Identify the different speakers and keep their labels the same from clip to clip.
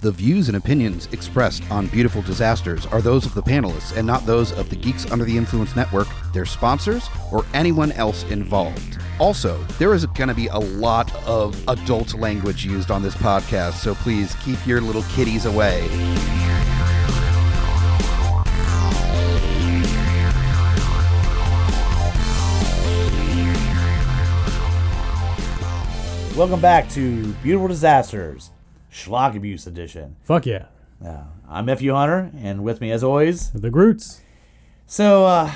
Speaker 1: The views and opinions expressed on Beautiful Disasters are those of the panelists and not those of the Geeks Under the Influence Network, their sponsors, or anyone else involved. Also, there is going to be a lot of adult language used on this podcast, so please keep your little kitties away.
Speaker 2: Welcome back to Beautiful Disasters, Schlock Abuse Edition.
Speaker 3: Fuck yeah.
Speaker 2: Uh, I'm F.U. Hunter, and with me, as always,
Speaker 3: The Groots.
Speaker 2: so uh,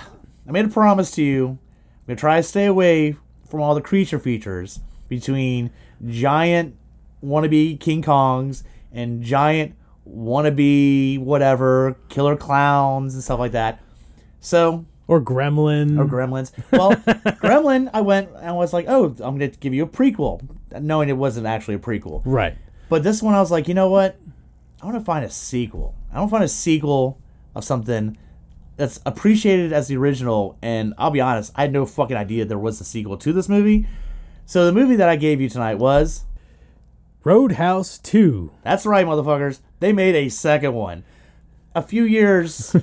Speaker 2: I made a promise to you. I'm going to try to stay away from all the creature features between giant wannabe King Kongs and giant wannabe whatever, killer clowns and stuff like that. So
Speaker 3: Or Gremlin.
Speaker 2: or Gremlins. Well, Gremlin, I went and was like, oh, I'm going to give you a prequel, knowing it wasn't actually a prequel.
Speaker 3: right.
Speaker 2: But this one, I was like, you know what? I want to find a sequel. I want to find a sequel of something that's appreciated as the original. And I'll be honest, I had no fucking idea there was a sequel to this movie. So the movie that I gave you tonight was
Speaker 3: Roadhouse 2.
Speaker 2: that's right, motherfuckers. They made a second one a few years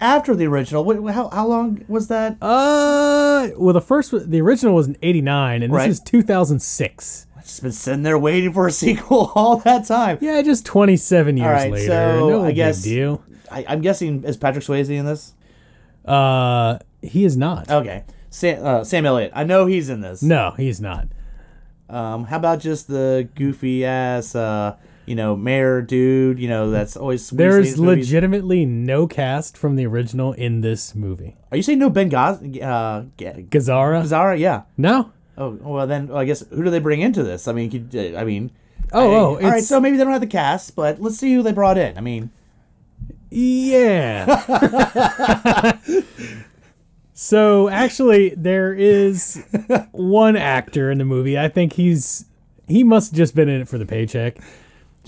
Speaker 2: after the original. Wh- wh- How, how long was that?
Speaker 3: Uh, well, the first, was- the original was in 89, and this
Speaker 2: Right.
Speaker 3: is 2006.
Speaker 2: I've just been sitting there waiting for a sequel all that time.
Speaker 3: Yeah, just 27 years
Speaker 2: right,
Speaker 3: later.
Speaker 2: so
Speaker 3: no
Speaker 2: I
Speaker 3: big
Speaker 2: guess-
Speaker 3: deal.
Speaker 2: I, I'm guessing, is Patrick Swayze in this?
Speaker 3: Uh, he is not.
Speaker 2: Okay. Sam, uh, Sam Elliott. I know he's in this.
Speaker 3: no, he's not.
Speaker 2: Um, how about just the goofy ass, uh, you know, mayor dude? You know, that's always we
Speaker 3: There
Speaker 2: see
Speaker 3: is
Speaker 2: these movies-
Speaker 3: legitimately no cast from the original in this movie.
Speaker 2: Are you saying no Ben Gos? Uh, G-
Speaker 3: Gazara?
Speaker 2: Zara? Yeah.
Speaker 3: no.
Speaker 2: Oh well, then well, I guess who do they bring into this? I mean, could, uh, I mean,
Speaker 3: Oh,
Speaker 2: hey,
Speaker 3: oh,
Speaker 2: all right.
Speaker 3: it's-
Speaker 2: So maybe they don't have the cast, but let's see who they brought in. I mean,
Speaker 3: Yeah. so actually, there is one actor in the movie. I think he's he must have just been in it for the paycheck.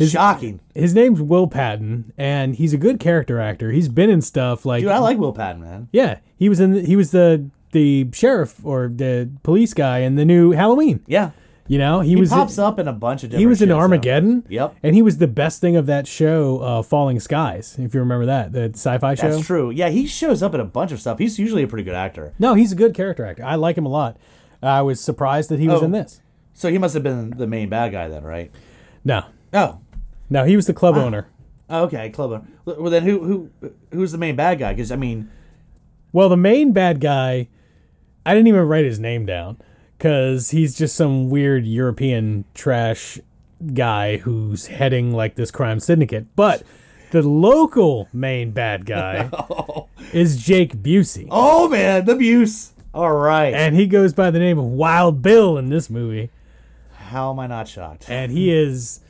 Speaker 2: shocking,
Speaker 3: His name's Will Patton, and he's a good character actor. He's been in stuff like
Speaker 2: dude. I like Will Patton, man.
Speaker 3: yeah, he was in the, he was the the sheriff or the police guy in the new Halloween.
Speaker 2: Yeah,
Speaker 3: You know, he,
Speaker 2: he,
Speaker 3: was
Speaker 2: pops up in a bunch of different.
Speaker 3: he was in
Speaker 2: shit, so-
Speaker 3: Armageddon.
Speaker 2: Yep.
Speaker 3: and he was the best thing of that show, uh, Falling Skies. If you remember that, the sci-fi show.
Speaker 2: That's true. Yeah, he shows up in a bunch of stuff. He's usually a pretty good actor.
Speaker 3: No, he's a good character actor. I like him a lot. I was surprised that he was
Speaker 2: Oh.
Speaker 3: in this.
Speaker 2: So he must have been the main bad guy then, right?
Speaker 3: No,
Speaker 2: Oh,
Speaker 3: no, he was the club owner.
Speaker 2: Oh, okay, club owner. Well, well, then who who who's the main bad guy? Because I mean,
Speaker 3: Well, the main bad guy, I didn't even write his name down because he's just some weird European trash guy who's heading like this crime syndicate. But the local main bad guy is Jake Busey,
Speaker 2: oh man, the abuse. All right.
Speaker 3: and he goes by the name of Wild Bill in this movie.
Speaker 2: How am I not shocked?
Speaker 3: and he is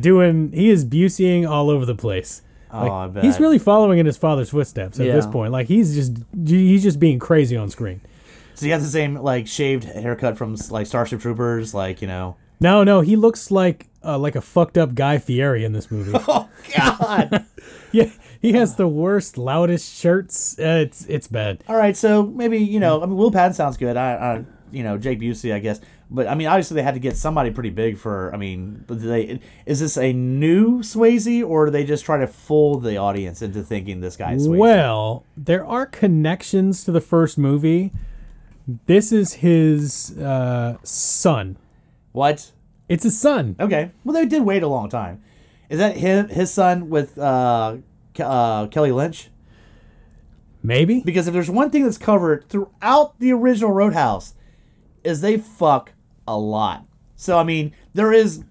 Speaker 3: doing he is Buseying all over the place. Like,
Speaker 2: Oh, I bet.
Speaker 3: He's really following in his father's footsteps at this
Speaker 2: Yeah.
Speaker 3: point. Like he's just he's just being crazy on screen.
Speaker 2: So he has the same like shaved haircut from like Starship Troopers, like you know.
Speaker 3: No, no, he looks like uh, like a fucked up Guy Fieri in this movie.
Speaker 2: Oh God!
Speaker 3: yeah, he has the worst, loudest shirts. Uh, it's it's bad.
Speaker 2: All right, so maybe you know. I mean, Will Patton sounds good. I, I, you know, Jake Busey, I guess. But I mean, obviously they had to get somebody pretty big for. I mean, but do they is this a new Swayze or do they just try to fool the audience into thinking this guy's Swayze?
Speaker 3: Well, there are connections to the first movie. This is his uh, son.
Speaker 2: what?
Speaker 3: It's his son.
Speaker 2: Okay. Well, they did wait a long time. Is that him, his son with uh, Ke- uh, Kelly Lynch?
Speaker 3: Maybe.
Speaker 2: Because if there's one thing that's covered throughout the original Roadhouse, is they fuck a lot. So I mean, there is no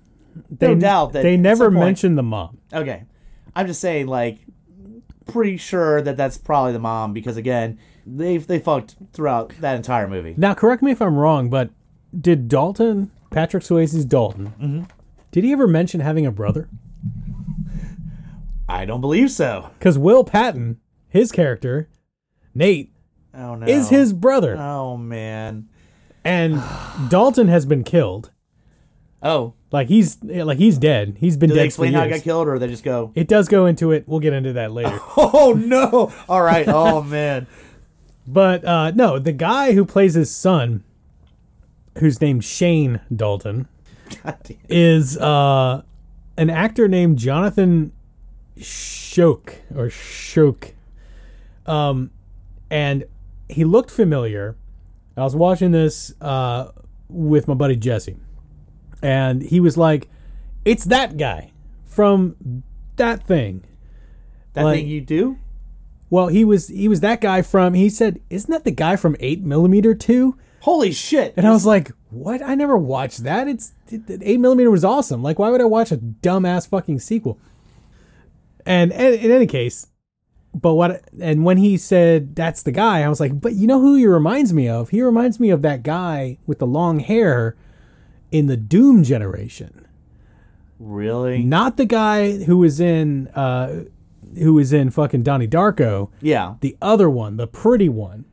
Speaker 3: They-
Speaker 2: doubt that
Speaker 3: they
Speaker 2: at
Speaker 3: never
Speaker 2: some point-
Speaker 3: mentioned the mom.
Speaker 2: Okay, I'm just saying, like, pretty sure that that's probably the mom because again, they they fucked throughout that entire movie.
Speaker 3: Now, correct me if I'm wrong, but did Dalton, Patrick Swayze's Dalton,
Speaker 2: Mm-hmm.
Speaker 3: did he ever mention having a brother?
Speaker 2: I don't believe so.
Speaker 3: Because Will Patton, his character, Nate,
Speaker 2: Oh no,
Speaker 3: is his brother.
Speaker 2: Oh man.
Speaker 3: And Dalton has been killed.
Speaker 2: Oh,
Speaker 3: Like he's eh, like he's dead. He's been
Speaker 2: do they
Speaker 3: dead for
Speaker 2: explain how I got
Speaker 3: years.
Speaker 2: killed, or they just go?
Speaker 3: It does go into it. We'll get into that later.
Speaker 2: Oh no! All right. Oh man.
Speaker 3: But uh, no, the guy who plays his son, who's named Shane Dalton,
Speaker 2: God damn.
Speaker 3: is uh an actor named Jonathan Shoke or Shoke. Um, and he looked familiar. I was watching this uh, with my buddy Jesse, and he was like, "It's that guy from that thing."
Speaker 2: That
Speaker 3: Like-
Speaker 2: thing you do?
Speaker 3: Well, he was he was that guy from. He said, "Isn't that the guy from Eight Millimeter too?"
Speaker 2: Holy shit.
Speaker 3: And I was like, "What? I never watched that. It's it- it- eight millimeter was awesome. Like, why would I watch a dumbass fucking sequel?" And, and in any case, but what? And when he said that's the guy, I was like, "But you know who he reminds me of? He reminds me of that guy with the long hair in the Doom generation,
Speaker 2: really?
Speaker 3: not the guy who was in uh, who was in fucking Donnie Darko."
Speaker 2: Yeah.
Speaker 3: The other one, the pretty one,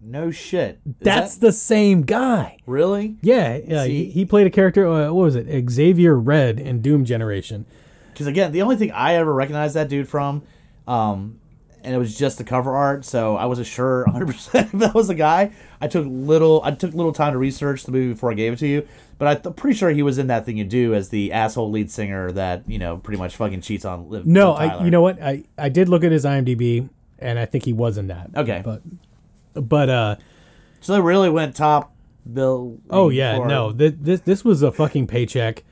Speaker 2: No shit. Is
Speaker 3: that's
Speaker 2: that-
Speaker 3: the same guy.
Speaker 2: really?
Speaker 3: Yeah, yeah.
Speaker 2: See-
Speaker 3: He, he played a character. Uh, what was it? Xavier Red in Doom Generation.
Speaker 2: Because again, the only thing I ever recognized that dude from, um, and it was just the cover art, so I wasn't sure 100 percent if that was the guy. I took little, I took little time to research the movie before I gave it to you, but I'm pretty sure he was in that thing you do as the asshole lead singer that you know pretty much fucking cheats on. Liv,
Speaker 3: No,
Speaker 2: Liv
Speaker 3: I.
Speaker 2: Tyler.
Speaker 3: You know what? I I did look at his IMDb, and I think he was in that.
Speaker 2: Okay.
Speaker 3: but but uh
Speaker 2: So they really went top bill.
Speaker 3: oh yeah
Speaker 2: for-
Speaker 3: no this, this this was a fucking paycheck.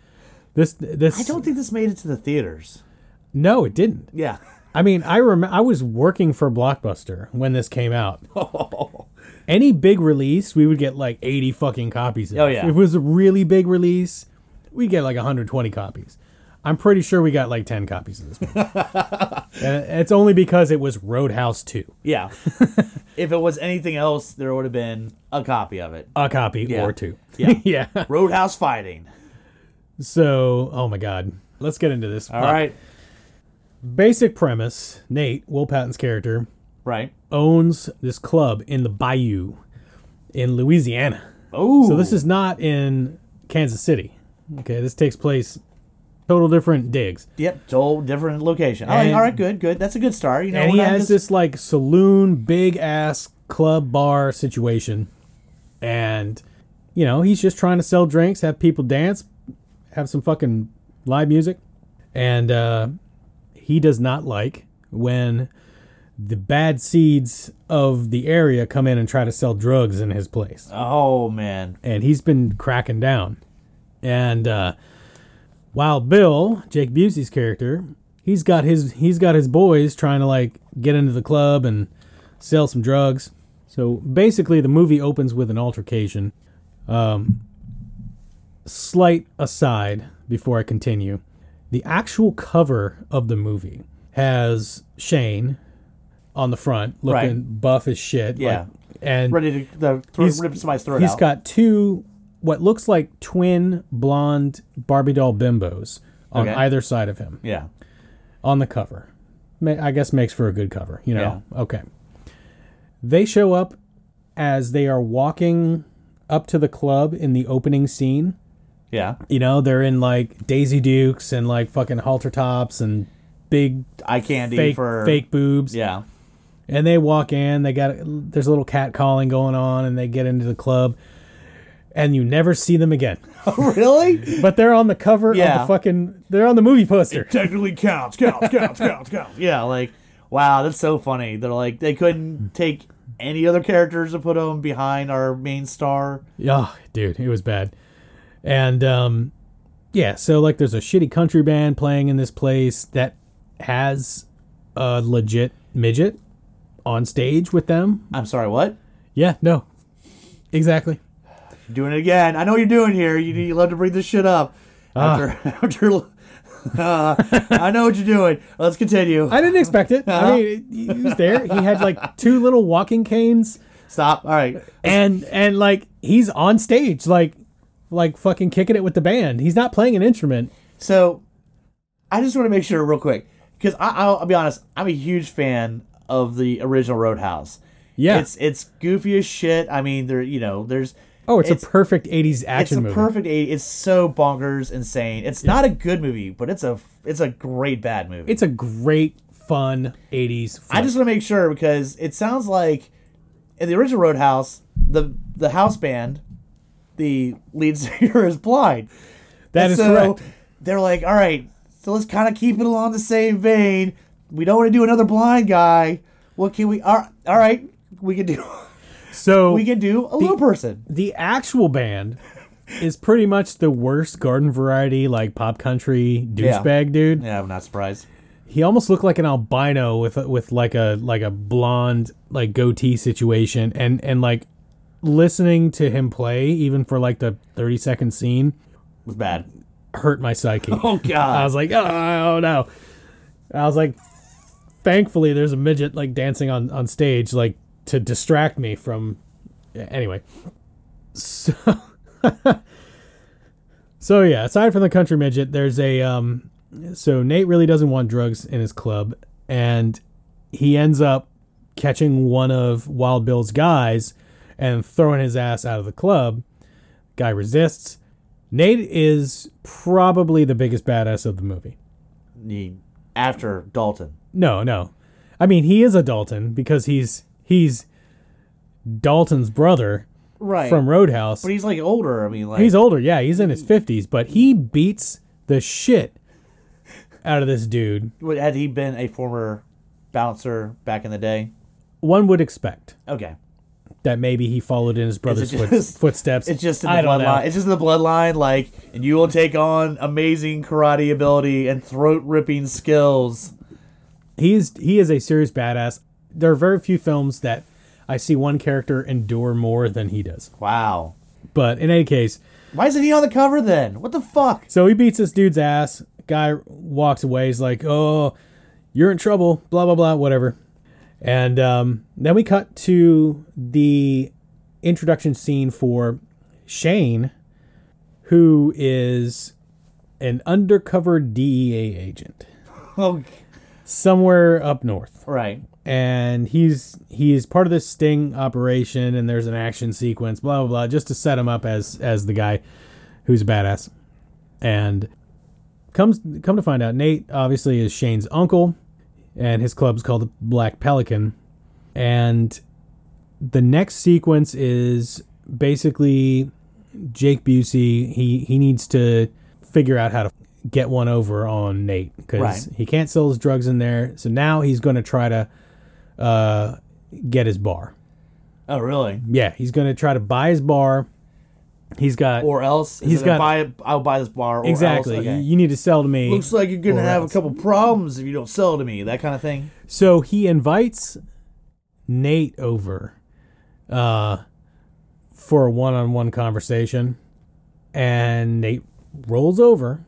Speaker 3: This this
Speaker 2: I don't think this made it to the theaters.
Speaker 3: no it didn't.
Speaker 2: Yeah.
Speaker 3: I mean I rem- I was working for Blockbuster when this came out.
Speaker 2: Oh.
Speaker 3: Any big release we would get like eighty fucking copies. Of.
Speaker 2: Oh, yeah.
Speaker 3: If it was a really big release, we'd get like 120 copies. I'm pretty sure we got like 10 copies of this movie. and it's only because it was Roadhouse 2,
Speaker 2: Yeah. if it was anything else, there would have been a copy of it.
Speaker 3: a copy
Speaker 2: Yeah.
Speaker 3: or two.
Speaker 2: Yeah.
Speaker 3: yeah.
Speaker 2: Roadhouse fighting.
Speaker 3: So, oh my god. Let's get into this. Uh,
Speaker 2: All right.
Speaker 3: Basic premise, Nate, Will Patton's character,
Speaker 2: Right.
Speaker 3: owns this club in the bayou in Louisiana.
Speaker 2: Oh.
Speaker 3: So this is not in Kansas City. Okay, this takes place total different digs.
Speaker 2: Yep, total different location. All right,
Speaker 3: And-
Speaker 2: all right, good, good. That's a good start. You know,
Speaker 3: and he
Speaker 2: we're not
Speaker 3: has
Speaker 2: just-
Speaker 3: this like saloon, big ass club bar situation, and you know he's just trying to sell drinks, have people dance, have some fucking live music, and uh, he does not like when the bad seeds of the area come in and try to sell drugs in his place
Speaker 2: Oh man,
Speaker 3: and he's been cracking down. And uh, while Bill, Jake Busey's character, he's got his he's got his boys trying to like get into the club and sell some drugs. So basically, the movie opens with an altercation. Um, slight aside before I continue, the actual cover of the movie has Shane on the front looking
Speaker 2: Right.
Speaker 3: buff as shit.
Speaker 2: Yeah.
Speaker 3: like- and
Speaker 2: ready to the thro-
Speaker 3: He's-
Speaker 2: rip somebody's throat
Speaker 3: He's
Speaker 2: out.
Speaker 3: got two what looks like twin blonde Barbie doll bimbos on
Speaker 2: Okay.
Speaker 3: either side of him
Speaker 2: yeah,
Speaker 3: on the cover. Ma- I guess makes for a good cover, you know.
Speaker 2: Yeah.
Speaker 3: Okay. They show up as they are walking up to the club in the opening scene.
Speaker 2: yeah.
Speaker 3: You know, they're in like Daisy Dukes and like fucking halter tops and big
Speaker 2: Eye candy
Speaker 3: fake
Speaker 2: for
Speaker 3: fake boobs.
Speaker 2: Yeah,
Speaker 3: And they walk in, they got there's a little cat calling going on and they get into the club and you never see them again.
Speaker 2: really?
Speaker 3: But they're on the cover of
Speaker 2: Yeah.
Speaker 3: the fucking. They're on the movie poster.
Speaker 2: Technically counts, counts, counts, counts, counts. Yeah, like wow, that's so funny. They're like they couldn't take any other characters to put them behind our main star.
Speaker 3: Yeah, dude, it was bad. And um, yeah, so like, there's a shitty country band playing in this place that has a legit midget on stage with them.
Speaker 2: I'm sorry, what?
Speaker 3: Yeah, no, exactly.
Speaker 2: Doing it again. I know what you're doing here. You, you love to bring this shit up. After, after, uh, I know what you're doing. Let's continue.
Speaker 3: I didn't expect it. I mean, he he was there. He had like two little walking canes,
Speaker 2: Stop. All right.
Speaker 3: and and like he's on stage, like like fucking kicking it with the band. He's not playing an instrument.
Speaker 2: So, I just want to make sure real quick because I'll, I'll be honest. I'm a huge fan of the original Roadhouse.
Speaker 3: Yeah.
Speaker 2: it's it's goofy as shit. I mean, there you know, there's
Speaker 3: Oh, it's,
Speaker 2: It's-
Speaker 3: a perfect '80s
Speaker 2: it's
Speaker 3: action
Speaker 2: a
Speaker 3: movie.
Speaker 2: perfect eight. It's so bonkers, insane. It's not a good movie, but it's a it's a great bad movie.
Speaker 3: It's a great, fun '80s. Flick.
Speaker 2: I just want to make sure because it sounds like in the original Roadhouse, the the house band, the lead singer is blind.
Speaker 3: that
Speaker 2: And
Speaker 3: is
Speaker 2: so
Speaker 3: correct.
Speaker 2: they're like, all right, so let's kind of keep it along the same vein. We don't want to do another blind guy. What can we? All all right, we can do.
Speaker 3: So
Speaker 2: We can do a little person.
Speaker 3: the actual band is pretty much the worst garden variety like pop country douchebag dude.
Speaker 2: Yeah, I'm not surprised.
Speaker 3: He almost looked like an albino with a- with like a like a blonde like goatee situation and and like listening to him play even for like the 30 second scene
Speaker 2: It was bad.
Speaker 3: hurt my psyche.
Speaker 2: Oh
Speaker 3: I
Speaker 2: God.
Speaker 3: was like, oh no. I was like, thankfully there's a midget like dancing on on stage like to distract me from. yeah, Anyway, so so yeah. Aside from the country midget, there's a um. So Nate really doesn't want drugs in his club, and he ends up catching one of Wild Bill's guys and throwing his ass out of the club. Guy resists. Nate is probably the biggest badass of the movie.
Speaker 2: He- After Dalton.
Speaker 3: No, no. I mean, he is a Dalton because he's he's Dalton's brother
Speaker 2: Right.
Speaker 3: from Roadhouse.
Speaker 2: but he's like older. I mean, like
Speaker 3: he's older, yeah. He's in his fifties, but he beats the shit out of this dude.
Speaker 2: What- had he been a former bouncer back in the day?
Speaker 3: One would expect
Speaker 2: Okay.
Speaker 3: that maybe he followed in his brother's foot,
Speaker 2: just-
Speaker 3: footsteps.
Speaker 2: It's just in the
Speaker 3: I don't
Speaker 2: bloodline.
Speaker 3: know.
Speaker 2: It's just in the bloodline, like, and you will take on amazing karate ability and throat ripping skills.
Speaker 3: He is he is a serious badass. There are very few films that I see one character endure more than he does.
Speaker 2: Wow.
Speaker 3: But in any case,
Speaker 2: Why isn't he on the cover then? What the fuck?
Speaker 3: So he beats this dude's ass. Guy walks away. He's like, "Oh, you're in trouble." Blah blah blah. Whatever. And um, then we cut to the introduction scene for Shane, who is an undercover DEA agent
Speaker 2: Oh,
Speaker 3: somewhere up north,
Speaker 2: right.
Speaker 3: and he's he's part of this sting operation. And there's an action sequence. Blah blah blah. Just to set him up as as the guy who's a badass. And comes come to find out, Nate obviously is Shane's uncle, and his club's called the Black Pelican. And the next sequence is basically Jake Busey. He he needs to figure out how to get one over on Nate because
Speaker 2: Right.
Speaker 3: he can't sell his drugs in there. So now he's going to try to uh, get his bar.
Speaker 2: Oh, really?
Speaker 3: Yeah, he's going to try to buy his bar. He's got
Speaker 2: Or else
Speaker 3: He's
Speaker 2: he's
Speaker 3: got-
Speaker 2: got buy it. I'll buy this bar. Or
Speaker 3: exactly.
Speaker 2: Else,
Speaker 3: You-
Speaker 2: Oh, okay.
Speaker 3: You need to sell to me.
Speaker 2: Looks like you're gonna
Speaker 3: Or
Speaker 2: have
Speaker 3: else.
Speaker 2: a couple problems if you don't sell to me. That kind of thing.
Speaker 3: So he invites Nate over uh, for a one on one conversation, and Nate rolls over,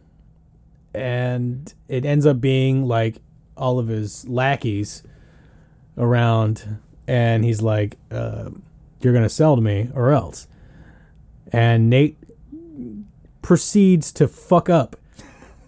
Speaker 3: and it ends up being like all of his lackeys around, and he's like, uh, You're going to sell to me or else. And Nate proceeds to fuck up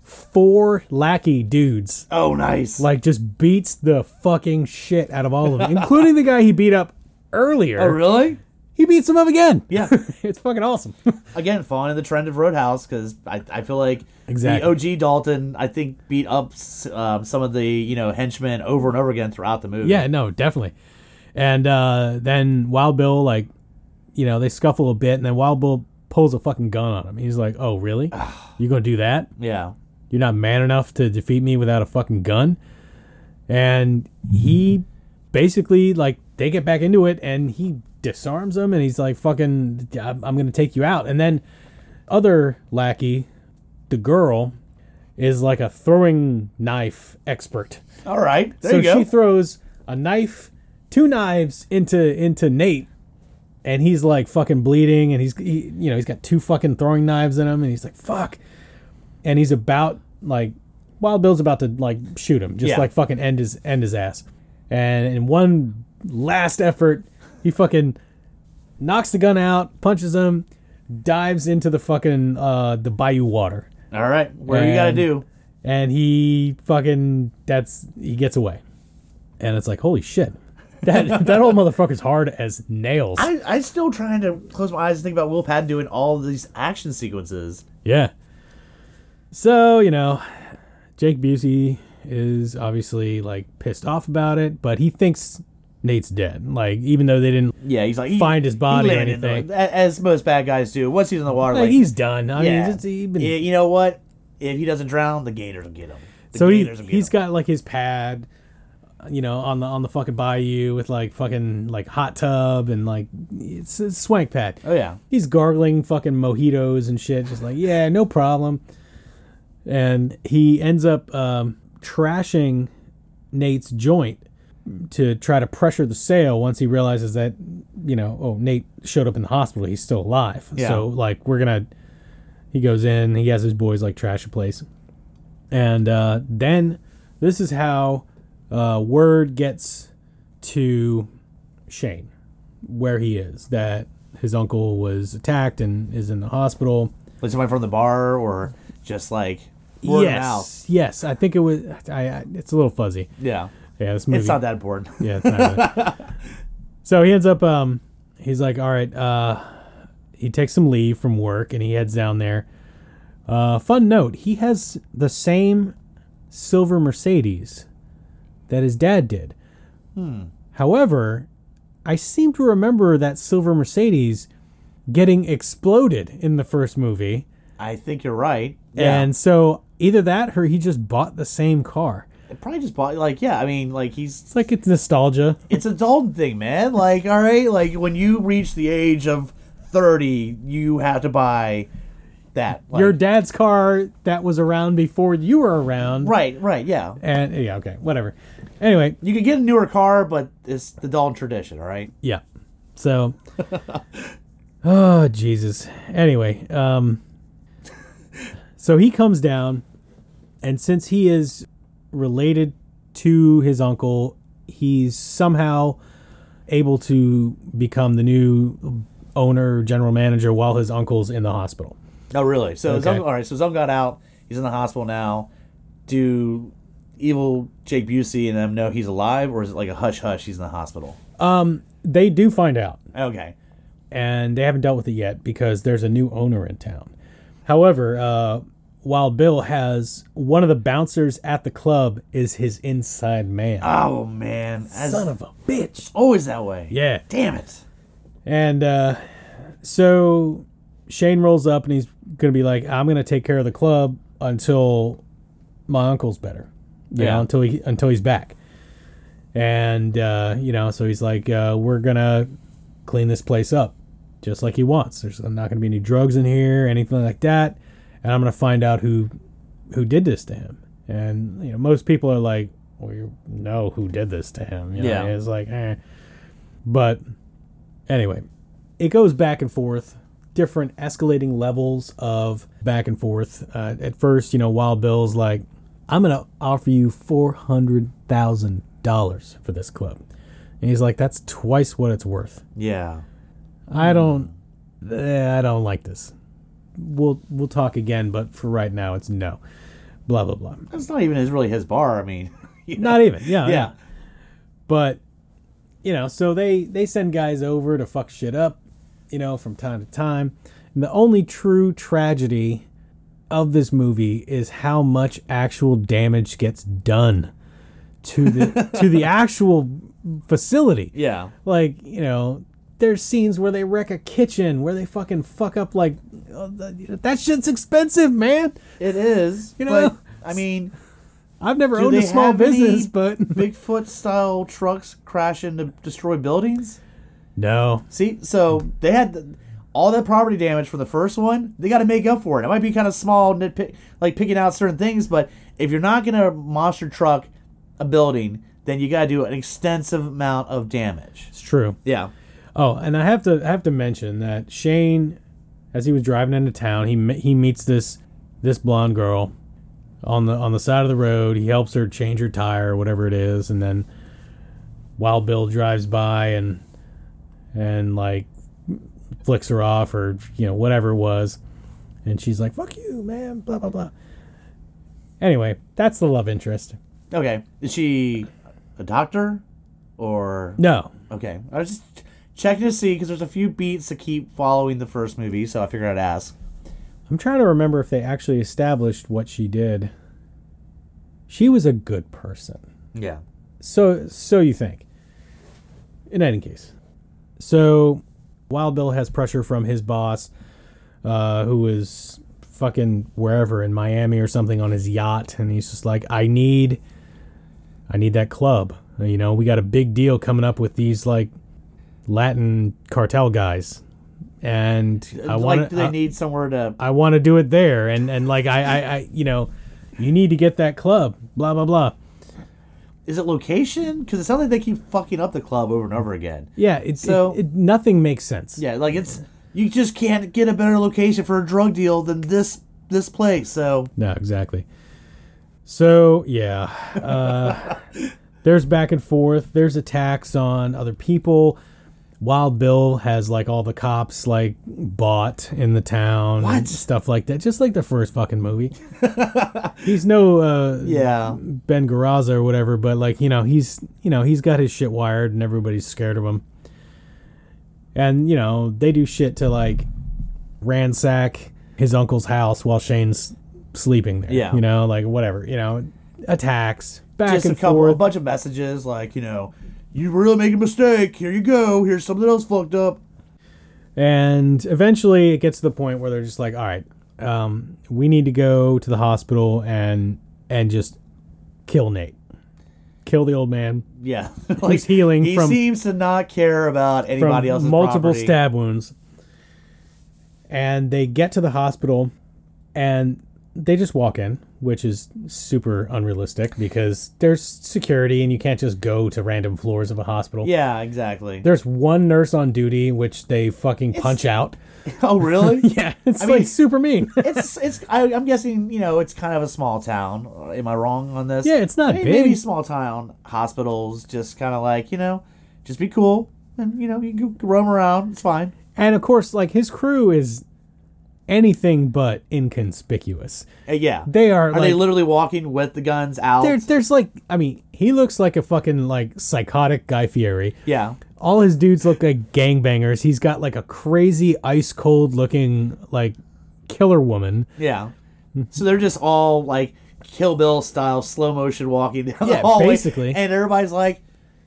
Speaker 3: four lackey dudes
Speaker 2: Oh, nice.
Speaker 3: like just beats the fucking shit out of all of them, including the guy he beat up earlier.
Speaker 2: oh, really?
Speaker 3: He beats him up again.
Speaker 2: Yeah.
Speaker 3: it's fucking awesome.
Speaker 2: Again, following the trend of Roadhouse because I, I feel like
Speaker 3: Exactly.
Speaker 2: the OG Dalton I think beat up s- um, some of the you know henchmen over and over again throughout the movie.
Speaker 3: yeah, no, definitely. And uh, then Wild Bill, like, you know, they scuffle a bit, and then Wild Bill pulls a fucking gun on him. He's like, "Oh, really? you gonna do that?
Speaker 2: yeah.
Speaker 3: You're not man enough to defeat me without a fucking gun?" And he basically like they get back into it, and he disarms him, and he's like, "Fucking, I'm I'm gonna take you out." And then other lackey, the girl, is like a throwing knife expert.
Speaker 2: All right. There you
Speaker 3: so
Speaker 2: go.
Speaker 3: she throws a knife, two knives into into Nate, and he's like fucking bleeding, and he's he, you know he's got two fucking throwing knives in him, and he's like fuck, and he's about like Wild Bill's about to like shoot him, just
Speaker 2: Yeah.
Speaker 3: like fucking end his end his ass, and in one last effort, he fucking knocks the gun out, punches him, dives into the fucking uh the bayou water,
Speaker 2: All right. Where you gotta
Speaker 3: And-
Speaker 2: do?
Speaker 3: and he fucking that's he gets away and it's like holy shit that that old motherfucker's hard as nails
Speaker 2: I, I'm still trying to close my eyes and think about Will Patton doing all these action sequences.
Speaker 3: yeah so you know jake busey is obviously like pissed off about it but he thinks nate's dead like even though they didn't
Speaker 2: Yeah, he's like he,
Speaker 3: Find his body or
Speaker 2: landed in the-
Speaker 3: anything.
Speaker 2: a- as most bad guys do. Once he's in the water,
Speaker 3: like
Speaker 2: like,
Speaker 3: he's done i mean
Speaker 2: yeah,
Speaker 3: it's, he
Speaker 2: Yeah, you know what? If he doesn't drown, the gators will get him. The
Speaker 3: so he
Speaker 2: gators will get
Speaker 3: he's
Speaker 2: him.
Speaker 3: got like his pad, you know, on the on the fucking bayou with like fucking like hot tub and like it's a swank pad.
Speaker 2: Oh yeah.
Speaker 3: He's gargling fucking mojitos and shit, just like yeah, no problem. And he ends up um, trashing Nate's joint to try to pressure the sale once he realizes that you know oh Nate showed up in the hospital he's still alive
Speaker 2: Yeah.
Speaker 3: so like we're gonna he goes in he has his boys like trash the place and uh, then this is how uh, word gets to Shane where he is that his uncle was attacked and is in the hospital
Speaker 2: Like somebody from the bar or just like word of
Speaker 3: yes
Speaker 2: mouth.
Speaker 3: yes I think it was I, I it's a little fuzzy
Speaker 2: Yeah.
Speaker 3: yeah this movie
Speaker 2: It's not that important.
Speaker 3: Yeah, it's not bad. so he ends up um he's like, All right, uh he takes some leave from work and he heads down there. Uh fun note, he has the same silver Mercedes that his dad did. Hmm. However, I seem to remember that silver Mercedes getting exploded in the first movie.
Speaker 2: I think you're right. Yeah.
Speaker 3: And so either that or he just bought the same car.
Speaker 2: And probably just bought like yeah, I mean like he's
Speaker 3: It's like it's nostalgia.
Speaker 2: it's a Dalton thing, man. Like, all right, like when you reach the age of thirty, you have to buy that. Like,
Speaker 3: your dad's car that was around before you were around.
Speaker 2: right, right, yeah.
Speaker 3: And yeah, okay, whatever. Anyway,
Speaker 2: You could get a newer car, but it's the Dalton tradition, all right?
Speaker 3: yeah. So Oh, Jesus. Anyway, um so he comes down and since he is related to his uncle, he's somehow able to become the new owner, general manager while his uncle's in the hospital.
Speaker 2: No, Oh, really. So his
Speaker 3: Okay.
Speaker 2: uncle, all right. So his uncle got out. He's in the hospital now. Do evil Jake Busey and them know he's alive, or is it like a hush hush? He's in the hospital.
Speaker 3: They do find out
Speaker 2: Okay.
Speaker 3: and they haven't dealt with it yet because there's a new owner in town. However, uh, Wild Bill has one of the bouncers at the club is his inside man.
Speaker 2: Oh man, That's
Speaker 3: Son of a bitch.
Speaker 2: always that way.
Speaker 3: Yeah.
Speaker 2: Damn it.
Speaker 3: And uh, so Shane rolls up and he's going to be like, I'm going to take care of the club until my uncle's better. You
Speaker 2: Yeah.
Speaker 3: know, until he until he's back. And uh, you know, so he's like, uh, we're gonna clean this place up just like he wants. There's not gonna be any drugs in here, anything like that. And I'm gonna find out who who did this to him. And you know, most people are like, well, you know who did this to him. You know,
Speaker 2: Yeah.
Speaker 3: it's like, eh. But anyway, it goes back and forth, different escalating levels of back and forth. Uh, at first, you know, Wild Bill's like, I'm going to offer you $400,000 for this club. And he's like, that's twice what it's worth.
Speaker 2: Yeah.
Speaker 3: I don't, eh, I don't like this. We'll, we'll talk again, but for right now, it's no. Blah, blah, blah.
Speaker 2: That's not even his really his bar. I mean, you know.
Speaker 3: Not even. Yeah.
Speaker 2: yeah.
Speaker 3: yeah. But you know, so they they send guys over to fuck shit up, you know, from time to time. And the only true tragedy of this movie is how much actual damage gets done to the to the actual facility
Speaker 2: Yeah.
Speaker 3: like you know there's scenes where they wreck a kitchen where they fucking fuck up like uh, th- that shit's expensive man
Speaker 2: It is. You
Speaker 3: know?
Speaker 2: But, I mean,
Speaker 3: i've never
Speaker 2: do
Speaker 3: owned
Speaker 2: they
Speaker 3: a small
Speaker 2: have any
Speaker 3: business but
Speaker 2: Bigfoot style trucks crash into destroy buildings.
Speaker 3: no
Speaker 2: See, so they had the, all that property damage from the first one. They got to make up for it. It might be kind of small, nitpick, like picking out certain things, but if you're not gonna monster truck a building, then you got to do an extensive amount of damage.
Speaker 3: it's true
Speaker 2: Yeah.
Speaker 3: Oh, and I have to I have to mention that Shane, as he was driving into town, he me- he meets this this blonde girl on the on the side of the road. He helps her change her tire, whatever it is, and then Wild Bill drives by and and like flicks her off or you know whatever it was, and she's like "fuck you, man," blah blah blah. Anyway, that's the love interest.
Speaker 2: Okay. Is she a doctor or
Speaker 3: No,
Speaker 2: Okay. I was just checking to see because there's a few beats to keep following the first movie, so I figured I'd ask.
Speaker 3: I'm trying to remember if they actually established what she did. She was a good person.
Speaker 2: Yeah.
Speaker 3: So so you think. In any case. So Wild Bill has pressure from his boss, uh, who is fucking wherever in Miami or something on his yacht, and he's just like, I need, I need that club. You know, we got a big deal coming up with these like Latin cartel guys, and I want
Speaker 2: like, do they need somewhere to?
Speaker 3: I want to do it there, and and like I, I, I you know, you need to get that club, blah blah blah.
Speaker 2: Is it location? Because it sounds like they keep fucking up the club over and over again.
Speaker 3: Yeah, it's
Speaker 2: So-
Speaker 3: it, it- nothing makes sense.
Speaker 2: Yeah, like it's you just can't get a better location for a drug deal than this this place. So
Speaker 3: No, exactly. So yeah, uh, there's back and forth. There's attacks on other people. Wild Bill has like all the cops like bought in the town and
Speaker 2: What?
Speaker 3: stuff like that, just like the first fucking movie. he's no uh,
Speaker 2: yeah,
Speaker 3: Ben Garazza or whatever, but like you know he's you know he's got his shit wired and everybody's scared of him. And you know they do shit to like ransack his uncle's house while Shane's sleeping there.
Speaker 2: Yeah.
Speaker 3: you know like whatever you know attacks back
Speaker 2: just a
Speaker 3: and
Speaker 2: couple, a
Speaker 3: forth.
Speaker 2: bunch of messages like you know, you really make a mistake. Here you go. Here's something else fucked up.
Speaker 3: And eventually it gets to the point where they're just like, all right, um, we need to go to the hospital and and just kill Nate, kill the old man.
Speaker 2: Yeah, like
Speaker 3: healing
Speaker 2: He
Speaker 3: from-
Speaker 2: seems to not care about anybody else's
Speaker 3: multiple
Speaker 2: property.
Speaker 3: stab wounds. And they get to the hospital and they just walk in, which is super unrealistic because there's security and you can't just go to random floors of a hospital.
Speaker 2: Yeah, exactly.
Speaker 3: There's one nurse on duty, which they fucking punch out.
Speaker 2: oh, really?
Speaker 3: Yeah, it's
Speaker 2: I
Speaker 3: like
Speaker 2: mean-
Speaker 3: super mean.
Speaker 2: it's it's. I, I'm guessing you know it's kind of a small town. Uh, Am I wrong on this?
Speaker 3: Yeah, it's not
Speaker 2: May-
Speaker 3: big.
Speaker 2: Maybe small town hospitals just kind of like you know, just be cool and you know you can roam around. It's fine.
Speaker 3: and of course, like his crew is anything but inconspicuous.
Speaker 2: Uh, yeah,
Speaker 3: They are,
Speaker 2: are
Speaker 3: like,
Speaker 2: they literally walking with the guns out?
Speaker 3: there, there's like, I mean, he looks like a fucking like psychotic Guy Fieri.
Speaker 2: yeah,
Speaker 3: all his dudes look like gangbangers. He's got like a crazy ice cold looking like killer woman.
Speaker 2: yeah. so they're just all like Kill Bill style slow motion walking down the
Speaker 3: Yeah,
Speaker 2: hallway,
Speaker 3: basically.
Speaker 2: and everybody's like,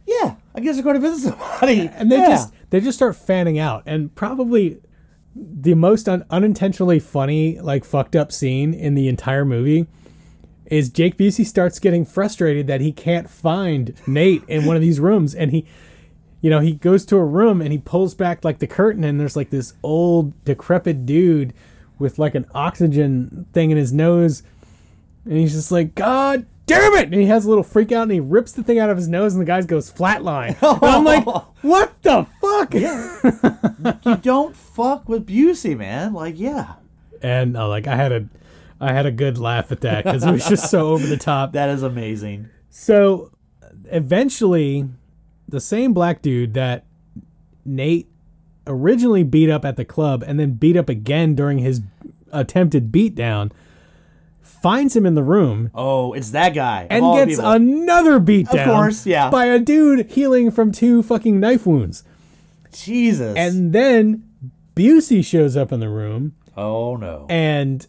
Speaker 2: "Yeah, I guess we're going to visit somebody."
Speaker 3: And they
Speaker 2: Yeah.
Speaker 3: just they just start fanning out and probably the most un- unintentionally funny like fucked up scene in the entire movie is Jake Busey starts getting frustrated that he can't find Nate in one of these rooms and he you know he goes to a room and he pulls back like the curtain and there's like this old decrepit dude with like an oxygen thing in his nose and he's just like god damn it and he has a little freak out and he rips the thing out of his nose and the guy goes flatline and i'm like what the fuck
Speaker 2: you don't fuck with Busey, man. Like, yeah,
Speaker 3: and uh, like i had a i had a good laugh at that because it was just so over the top
Speaker 2: that is amazing.
Speaker 3: So eventually, the same black dude that Nate originally beat up at the club and then beat up again during his attempted beatdown finds him in the room
Speaker 2: Oh, it's that guy. of
Speaker 3: and
Speaker 2: all
Speaker 3: gets
Speaker 2: people.
Speaker 3: another beatdown.
Speaker 2: course, yeah.
Speaker 3: By a dude healing from two fucking knife wounds.
Speaker 2: Jesus.
Speaker 3: And then Busey shows up in the room
Speaker 2: oh no.
Speaker 3: and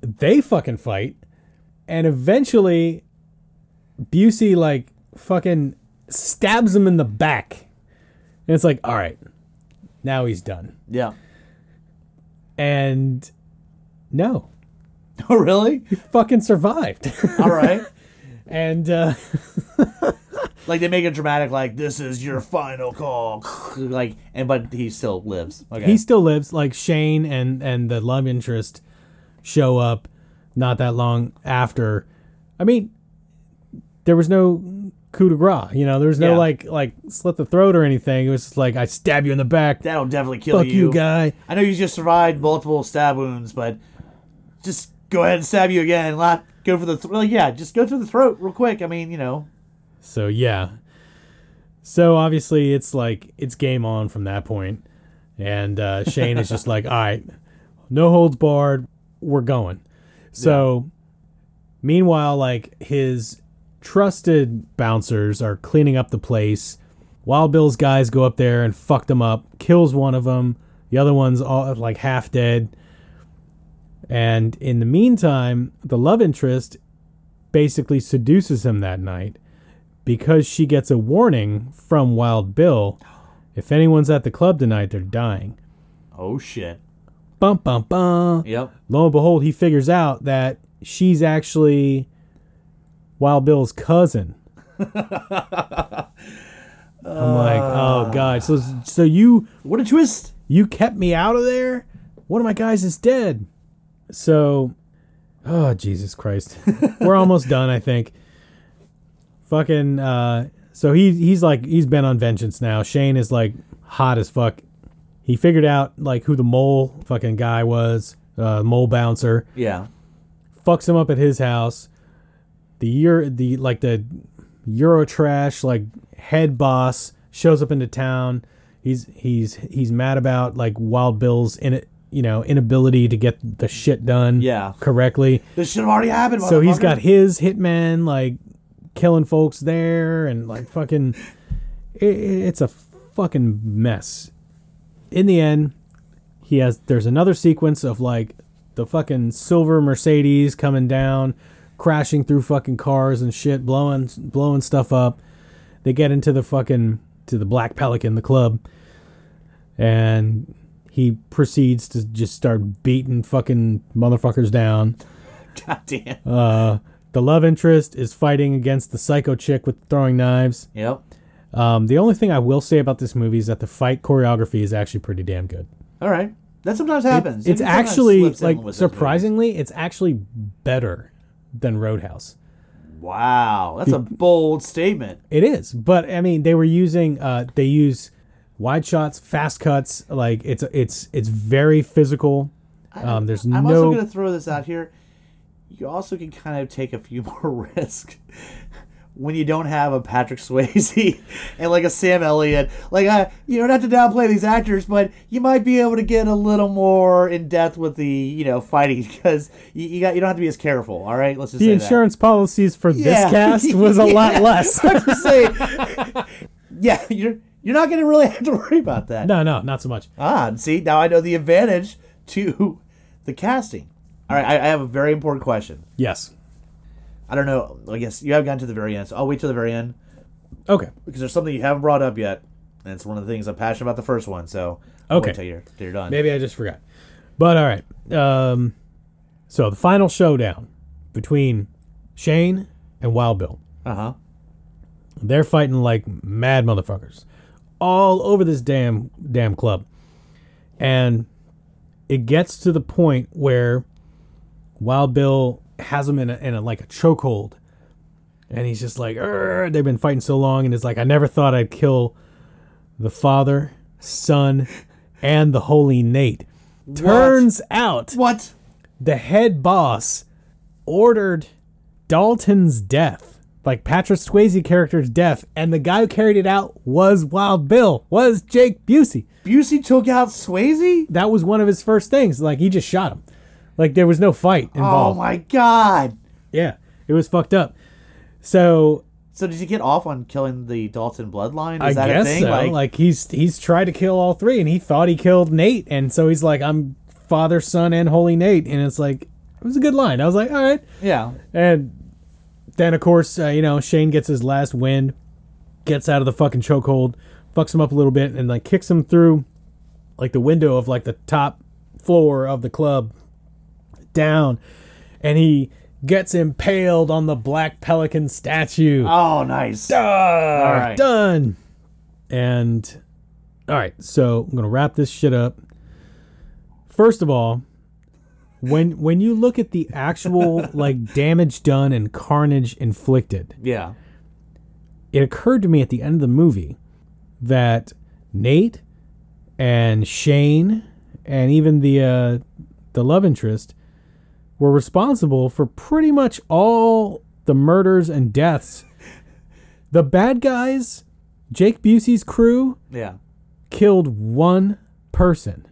Speaker 3: they fucking fight and eventually Busey like fucking stabs him in the back and it's like all right now he's done
Speaker 2: yeah.
Speaker 3: and no
Speaker 2: Oh really?
Speaker 3: he fucking survived
Speaker 2: All right.
Speaker 3: and uh
Speaker 2: Like they make it dramatic. Like this is your final call. Like and but he still lives. Okay.
Speaker 3: he still lives like Shane and and the love interest show up not that long after I mean there was no coup de grace you know there was no
Speaker 2: Yeah.
Speaker 3: like like slit the throat or anything it was just like I stab you in the back
Speaker 2: That'll definitely kill
Speaker 3: fuck you guy
Speaker 2: I know you just survived multiple stab wounds, but just go ahead and stab you again. Lot go for the th- well, yeah, just go through the throat real quick. I mean, you know,
Speaker 3: so yeah so obviously it's like it's game on from that point and uh, Shane is just like all right no holds barred we're going so meanwhile like his trusted bouncers are cleaning up the place wild bill's guys go up there and fuck them up kills one of them the other one's all like half dead and in the meantime the love interest basically seduces him that night because she gets a warning from wild bill if anyone's at the club tonight they're dying
Speaker 2: oh shit.
Speaker 3: Bum bum bum.
Speaker 2: Yep.
Speaker 3: Lo and behold, he figures out that she's actually Wild Bill's cousin. I'm like, oh god. So so you
Speaker 2: What a twist.
Speaker 3: you kept me out of there. One of my guys is dead. So, oh Jesus Christ, we're almost done. I think. Fucking. Uh, so he he's like he's been on vengeance now. Shane is like hot as fuck. He figured out like who the mole fucking guy was. Uh, mole bouncer
Speaker 2: Yeah.
Speaker 3: fucks him up at his house. The year the like the Eurotrash like head boss shows up into town. He's he's he's mad about like Wild Bill's in you know inability to get the shit done
Speaker 2: Yeah.
Speaker 3: correctly.
Speaker 2: This should have already happened.
Speaker 3: So he's
Speaker 2: motherfucker.
Speaker 3: got his hitmen like killing folks there and like fucking it, it's a fucking mess. In the end, he has there's another sequence of like the fucking silver Mercedes coming down, crashing through fucking cars and shit, blowing blowing stuff up. They get into the fucking to the Black Pelican, the club, and he proceeds to just start beating fucking motherfuckers down
Speaker 2: God damn.
Speaker 3: the love interest is fighting against the psycho chick with throwing knives.
Speaker 2: yep.
Speaker 3: Um, the only thing I will say about this movie is that the fight choreography is actually pretty damn good.
Speaker 2: All right. That sometimes happens.
Speaker 3: It's
Speaker 2: It sometimes
Speaker 3: actually
Speaker 2: slips in with
Speaker 3: like
Speaker 2: those
Speaker 3: surprisingly, it's actually better than Roadhouse.
Speaker 2: movies. Wow. That's a bold statement.
Speaker 3: It is, but I mean, they were using uh, they use wide shots, fast cuts. Like it's it's it's very physical. Um, there's
Speaker 2: I'm
Speaker 3: no
Speaker 2: also going to throw this out here. You also can kind of take a few more risk when you don't have a Patrick Swayze and like a Sam Elliott. Like, I, you know, not to downplay these actors, but you might be able to get a little more in depth with the you know fighting because you, you got you don't have to be as careful. All right, let's just
Speaker 3: the
Speaker 2: say
Speaker 3: insurance policies for
Speaker 2: Yeah.
Speaker 3: this cast was a
Speaker 2: Yeah.
Speaker 3: lot less.
Speaker 2: That. I'm just saying, yeah, you're you're not going to really have to worry about that.
Speaker 3: no, no, not so much.
Speaker 2: Ah, and see, now I know the advantage to the casting. All right, I, I have a very important question.
Speaker 3: Yes.
Speaker 2: I don't know. I guess you have gotten to the very end, so I'll wait till the very end
Speaker 3: Okay.
Speaker 2: because there's something you haven't brought up yet, and it's one of the things I'm passionate about the first one. So I'll
Speaker 3: Okay.
Speaker 2: wait till you're, till you're done.
Speaker 3: Maybe I just forgot. But all right. Um, so the final showdown between Shane and Wild Bill.
Speaker 2: Uh huh.
Speaker 3: They're fighting like mad motherfuckers all over this damn damn club. And it gets to the point where Wild Bill has him in a, in a like a chokehold. And he's just like, "Arr," they've been fighting so long and it's like I never thought I'd kill the father, son, and the holy Nate. Turns out
Speaker 2: What?
Speaker 3: the head boss ordered Dalton's death, like Patrick Swayze character's death, and the guy who carried it out was Wild Bill, was Jake Busey.
Speaker 2: Busey took out Swayze?
Speaker 3: That was one of his first things. Like he just shot him. Like there was no fight
Speaker 2: Oh
Speaker 3: involved.
Speaker 2: my god!
Speaker 3: yeah, it was fucked up. So
Speaker 2: So did you get off on killing the Dalton bloodline? Is that
Speaker 3: I guess
Speaker 2: a thing?
Speaker 3: so. Like, he's he's tried to kill all three, and he thought he killed Nate, and so he's like, I'm father, son, and holy Nate, and it's like it was a good line. I was like, all right.
Speaker 2: yeah.
Speaker 3: And then, of course, uh, you know, Shane gets his last win, gets out of the fucking chokehold, fucks him up a little bit, and like kicks him through like the window of like the top floor of the club down. And he gets impaled on the black pelican statue.
Speaker 2: Oh, nice. All right.
Speaker 3: Done. And all right, so I'm gonna wrap this shit up. First of all, when when you look at the actual like damage done and carnage inflicted,
Speaker 2: Yeah.
Speaker 3: it occurred to me at the end of the movie that Nate and Shane and even the uh, the love interest were responsible for pretty much all the murders and deaths. The bad guys, Jake Busey's crew,
Speaker 2: Yeah.
Speaker 3: killed one person,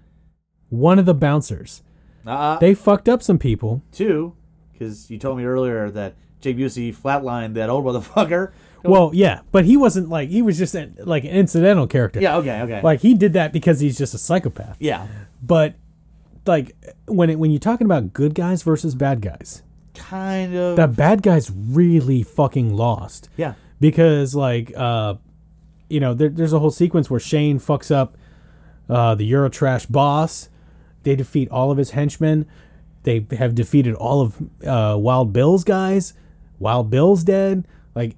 Speaker 3: one of the bouncers.
Speaker 2: Uh,
Speaker 3: They fucked up some people.
Speaker 2: two, because you told me earlier that Jake Busey flatlined that old motherfucker.
Speaker 3: Well, yeah, but he wasn't like he was just an, like an incidental character.
Speaker 2: Yeah. Okay. Okay.
Speaker 3: like he did that because he's just a psychopath.
Speaker 2: yeah.
Speaker 3: but like when it, when you're talking about good guys versus bad guys,
Speaker 2: Kind of.
Speaker 3: the bad guys really fucking lost
Speaker 2: yeah.
Speaker 3: because like uh, you know there, there's a whole sequence where Shane fucks up uh, the Eurotrash boss They defeat all of his henchmen. They have defeated all of uh, Wild Bill's guys. Wild Bill's dead. Like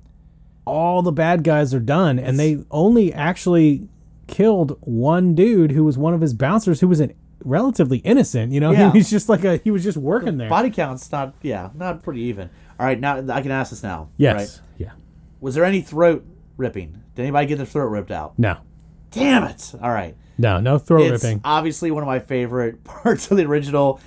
Speaker 3: all the bad guys are done, and they only actually killed one dude who was one of his bouncers who was an relatively innocent. You know,
Speaker 2: Yeah.
Speaker 3: he was just like a he was just working there.
Speaker 2: Body count's not, yeah, not pretty even. All right, now I can ask this now.
Speaker 3: yes.
Speaker 2: right?
Speaker 3: Yeah.
Speaker 2: Was there any throat ripping? Did anybody get their throat ripped out?
Speaker 3: No.
Speaker 2: Damn it! All right.
Speaker 3: No. No throat
Speaker 2: it's
Speaker 3: ripping.
Speaker 2: obviously one of my favorite parts of the original.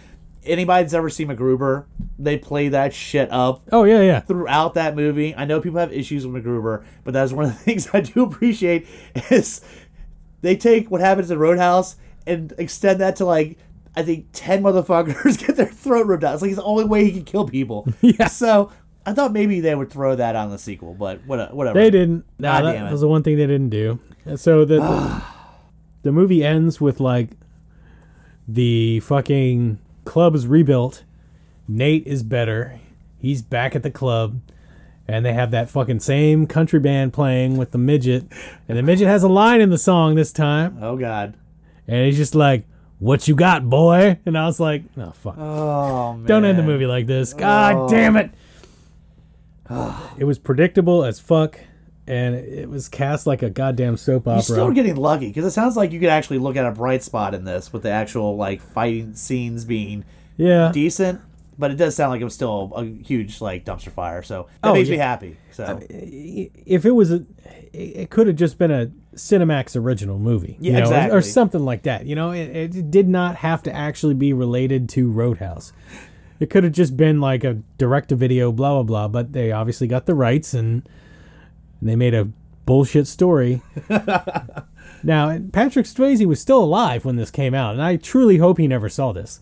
Speaker 2: Anybody that's ever seen MacGruber, they play that shit up
Speaker 3: Oh yeah, yeah.
Speaker 2: throughout that movie. I know people have issues with MacGruber, but that's one of the things I do appreciate is they take what happens in Roadhouse and extend that to like I think ten motherfuckers get their throat ripped out. It's like it's the only way he can kill people.
Speaker 3: Yeah.
Speaker 2: So I thought maybe they would throw that on the sequel, but what- whatever.
Speaker 3: They didn't. No,
Speaker 2: God damn it.
Speaker 3: that was the one thing they didn't do. And so the, the the movie ends with like the fucking club is rebuilt. Nate is better. He's back at the club. And they have that fucking same country band playing with the midget. And the midget has a line in the song this time.
Speaker 2: Oh God.
Speaker 3: And he's just like, What you got, boy? And I was like, Oh, fuck.
Speaker 2: Oh man.
Speaker 3: Don't end the movie like this. God damn it. Oh. it was predictable as fuck, and it was cast like a goddamn soap
Speaker 2: You're still
Speaker 3: opera.
Speaker 2: getting lucky because it sounds like you could actually look at a bright spot in this with the actual like fighting scenes being
Speaker 3: yeah.
Speaker 2: decent, but it does sound like it was still a huge like dumpster fire. So that
Speaker 3: Oh,
Speaker 2: makes me
Speaker 3: yeah.
Speaker 2: happy. So
Speaker 3: If it was a, it- it could have just been a Cinemax original movie, you
Speaker 2: Yeah,
Speaker 3: know, or- or,
Speaker 2: exactly.
Speaker 3: something like that. You know, it, it did not have to actually be related to Roadhouse. It could have just been like a direct-to-video, blah blah blah. But they obviously got the rights and and they made a bullshit story. now, Patrick Swayze was still alive when this came out, and I truly hope he never saw this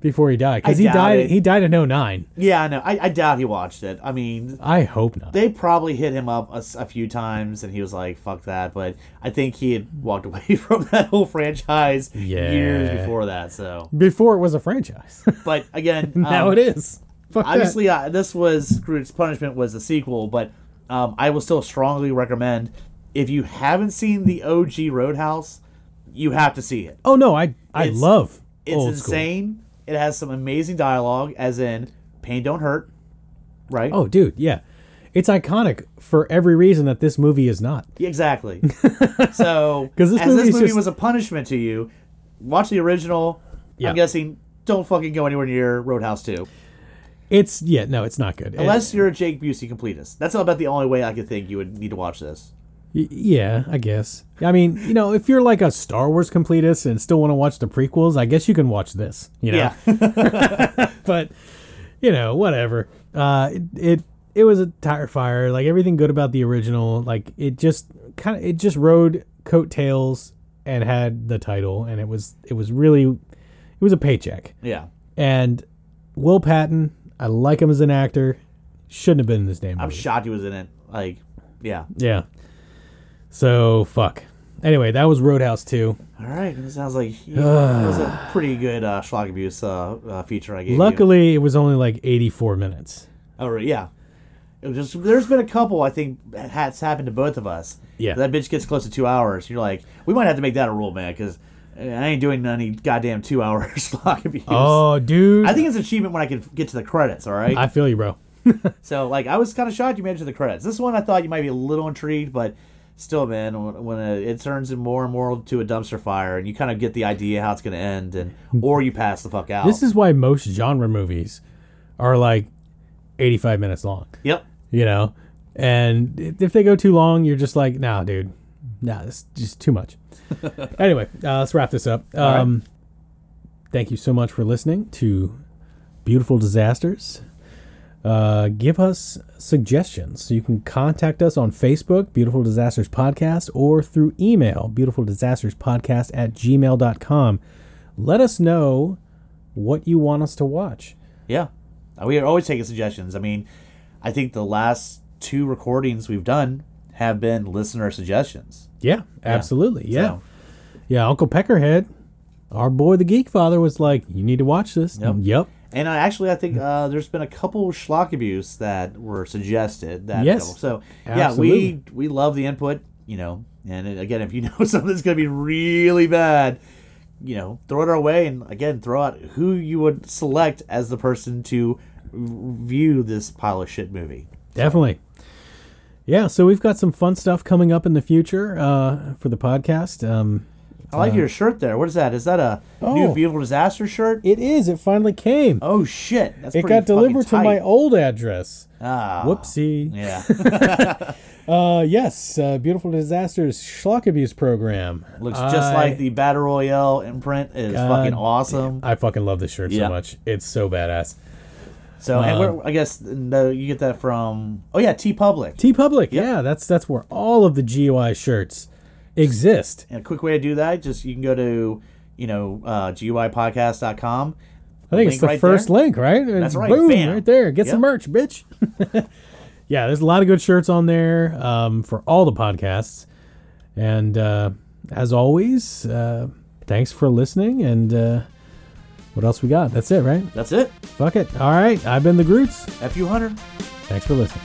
Speaker 3: before he died
Speaker 2: I
Speaker 3: because he
Speaker 2: doubt
Speaker 3: died.
Speaker 2: it.
Speaker 3: He died in 09.
Speaker 2: yeah, I know. I, I doubt he watched it. I mean,
Speaker 3: I hope not.
Speaker 2: they probably hit him up a, s- a few times, and he was like, "Fuck that." But I think he had walked away from that whole franchise
Speaker 3: Yeah.
Speaker 2: years before that. So,
Speaker 3: before it was a franchise.
Speaker 2: but again,
Speaker 3: now
Speaker 2: um,
Speaker 3: it is. Fuck that.
Speaker 2: obviously uh, this was Groot's Punishment was the sequel, but um, I will still strongly recommend if you haven't seen the OG Roadhouse, you have to see it.
Speaker 3: Oh no, I I
Speaker 2: It's-
Speaker 3: love
Speaker 2: It's
Speaker 3: old
Speaker 2: insane. It has some amazing dialogue, as in "Pain don't hurt," right?
Speaker 3: school. Oh dude, yeah, it's iconic for every reason that this movie is not.
Speaker 2: exactly. so,
Speaker 3: 'Cause this
Speaker 2: as
Speaker 3: movie
Speaker 2: this
Speaker 3: is
Speaker 2: movie
Speaker 3: just-
Speaker 2: was a punishment to you, watch the original.
Speaker 3: Yeah.
Speaker 2: I'm guessing don't fucking go anywhere near Roadhouse Two,
Speaker 3: It's yeah, no, it's not good. It-
Speaker 2: unless you're a Jake Busey completist. That's about the only way I could think you would need to watch this.
Speaker 3: y- yeah, I guess. I mean, you know, if you're like a Star Wars completist and still want to watch the prequels, I guess you can watch this. You know,
Speaker 2: Yeah.
Speaker 3: but you know, whatever. Uh, it, it it was a tire fire. Like everything good about the original, like it just kind of it just rode coattails and had the title, and it was it was really it was a paycheck.
Speaker 2: yeah.
Speaker 3: And Will Patton, I like him as an actor. Shouldn't have been in this damn
Speaker 2: I'm
Speaker 3: movie.
Speaker 2: shocked he was in it. Like, yeah.
Speaker 3: yeah. So fuck. Anyway, that was Roadhouse 2.
Speaker 2: All right. It sounds like you- that was a pretty good uh, schlock abuse uh, uh, feature I gave you.
Speaker 3: Luckily, it was only like 84 minutes.
Speaker 2: Oh, right, yeah. It was just there's been a couple I think that's happened to both of us.
Speaker 3: Yeah.
Speaker 2: That bitch gets close to two hours. You're like, we might have to make that a rule, man, because I ain't doing any goddamn two hour schlock abuse.
Speaker 3: Oh, dude.
Speaker 2: I think it's an achievement when I can get to the credits. All right.
Speaker 3: I feel you, bro.
Speaker 2: So like I was kind of shocked you made it to the credits. This one I thought you might be a little intrigued, but still, man, when, when uh, it turns in more and more to a dumpster fire, and you kind of get the idea how it's going to end, and or you pass the fuck out.
Speaker 3: This is why most genre movies are like 85 minutes long,
Speaker 2: yep.
Speaker 3: you know? And i- if they go too long, you're just like, nah, dude. Nah, it's just too much. anyway, uh, let's wrap this up. Um, Thank you so much for listening to Beautiful Disasters. Uh, give us suggestions. You can contact us on Facebook, Beautiful Disasters Podcast, or through email, Beautiful Disasters Podcast at gmail.com. Let us know what you want us to watch.
Speaker 2: Yeah. Uh, We are always taking suggestions. I mean, I think the last two recordings we've done have been listener suggestions.
Speaker 3: Yeah, absolutely. Yeah.
Speaker 2: So,
Speaker 3: Yeah, Uncle Peckerhead, our boy the Geek Father, was like, You need to watch this. Yep.
Speaker 2: and I actually I think uh, there's been a couple schlock abuse that were suggested that
Speaker 3: Yes.
Speaker 2: so yeah
Speaker 3: Absolutely.
Speaker 2: we uh, we love the input you know and it, again if you know something's gonna be really bad you know, throw it our way and again throw out who you would select as the person to view this pile of shit movie.
Speaker 3: Definitely. Yeah, so we've got some fun stuff coming up in the future uh, for the podcast. Um,
Speaker 2: I like your shirt there. What is that? Is that a new
Speaker 3: Oh.
Speaker 2: beautiful disaster shirt?
Speaker 3: it is. It finally came.
Speaker 2: oh shit! That's
Speaker 3: it
Speaker 2: pretty
Speaker 3: got delivered
Speaker 2: fucking
Speaker 3: to my
Speaker 2: tight.
Speaker 3: old address.
Speaker 2: Ah,
Speaker 3: Whoopsie.
Speaker 2: Yeah,
Speaker 3: Uh, yes, uh, Beautiful Disasters Schlock Abuse Program.
Speaker 2: looks just
Speaker 3: I-
Speaker 2: like the Battle Royale imprint. It is fucking awesome.
Speaker 3: I fucking love this shirt
Speaker 2: Yeah.
Speaker 3: so much. It's so badass.
Speaker 2: So, and where, I guess no, you get that from. Oh yeah, T Public.
Speaker 3: T Public, yeah, that's that's where all of the GUI shirts exist.
Speaker 2: and a quick way to do that, just you can go to, you know, uh, GUIpodcast.com.
Speaker 3: I think it's the first link, right? That's
Speaker 2: right,
Speaker 3: Boom,
Speaker 2: bam.
Speaker 3: right there. Get some
Speaker 2: Yep.
Speaker 3: merch, bitch. yeah, there's a lot of good shirts on there um, for all the podcasts. And uh, as always, uh, thanks for listening. And uh, what else we got? That's it, right?
Speaker 2: That's it.
Speaker 3: Fuck it. All right. I've been the Groots.
Speaker 2: FU Hunter.
Speaker 3: Thanks for listening.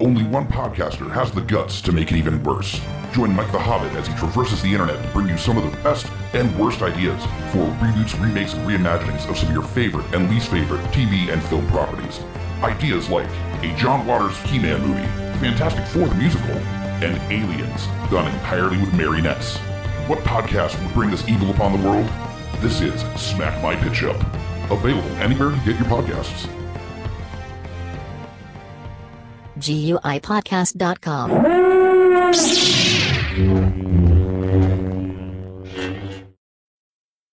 Speaker 4: only one podcaster has the guts to make it even worse. Join Mike the Hobbit as he traverses the internet to bring you some of the best and worst ideas for reboots, remakes, and reimaginings of some of your favorite and least favorite TV and film properties. Ideas like a John Waters He-Man movie, Fantastic Four the musical, and Aliens done entirely with marionettes. What podcast would bring this evil upon the world? This is Smack My Pitch Up, available anywhere you get your podcasts.
Speaker 5: GUIPodcast.com.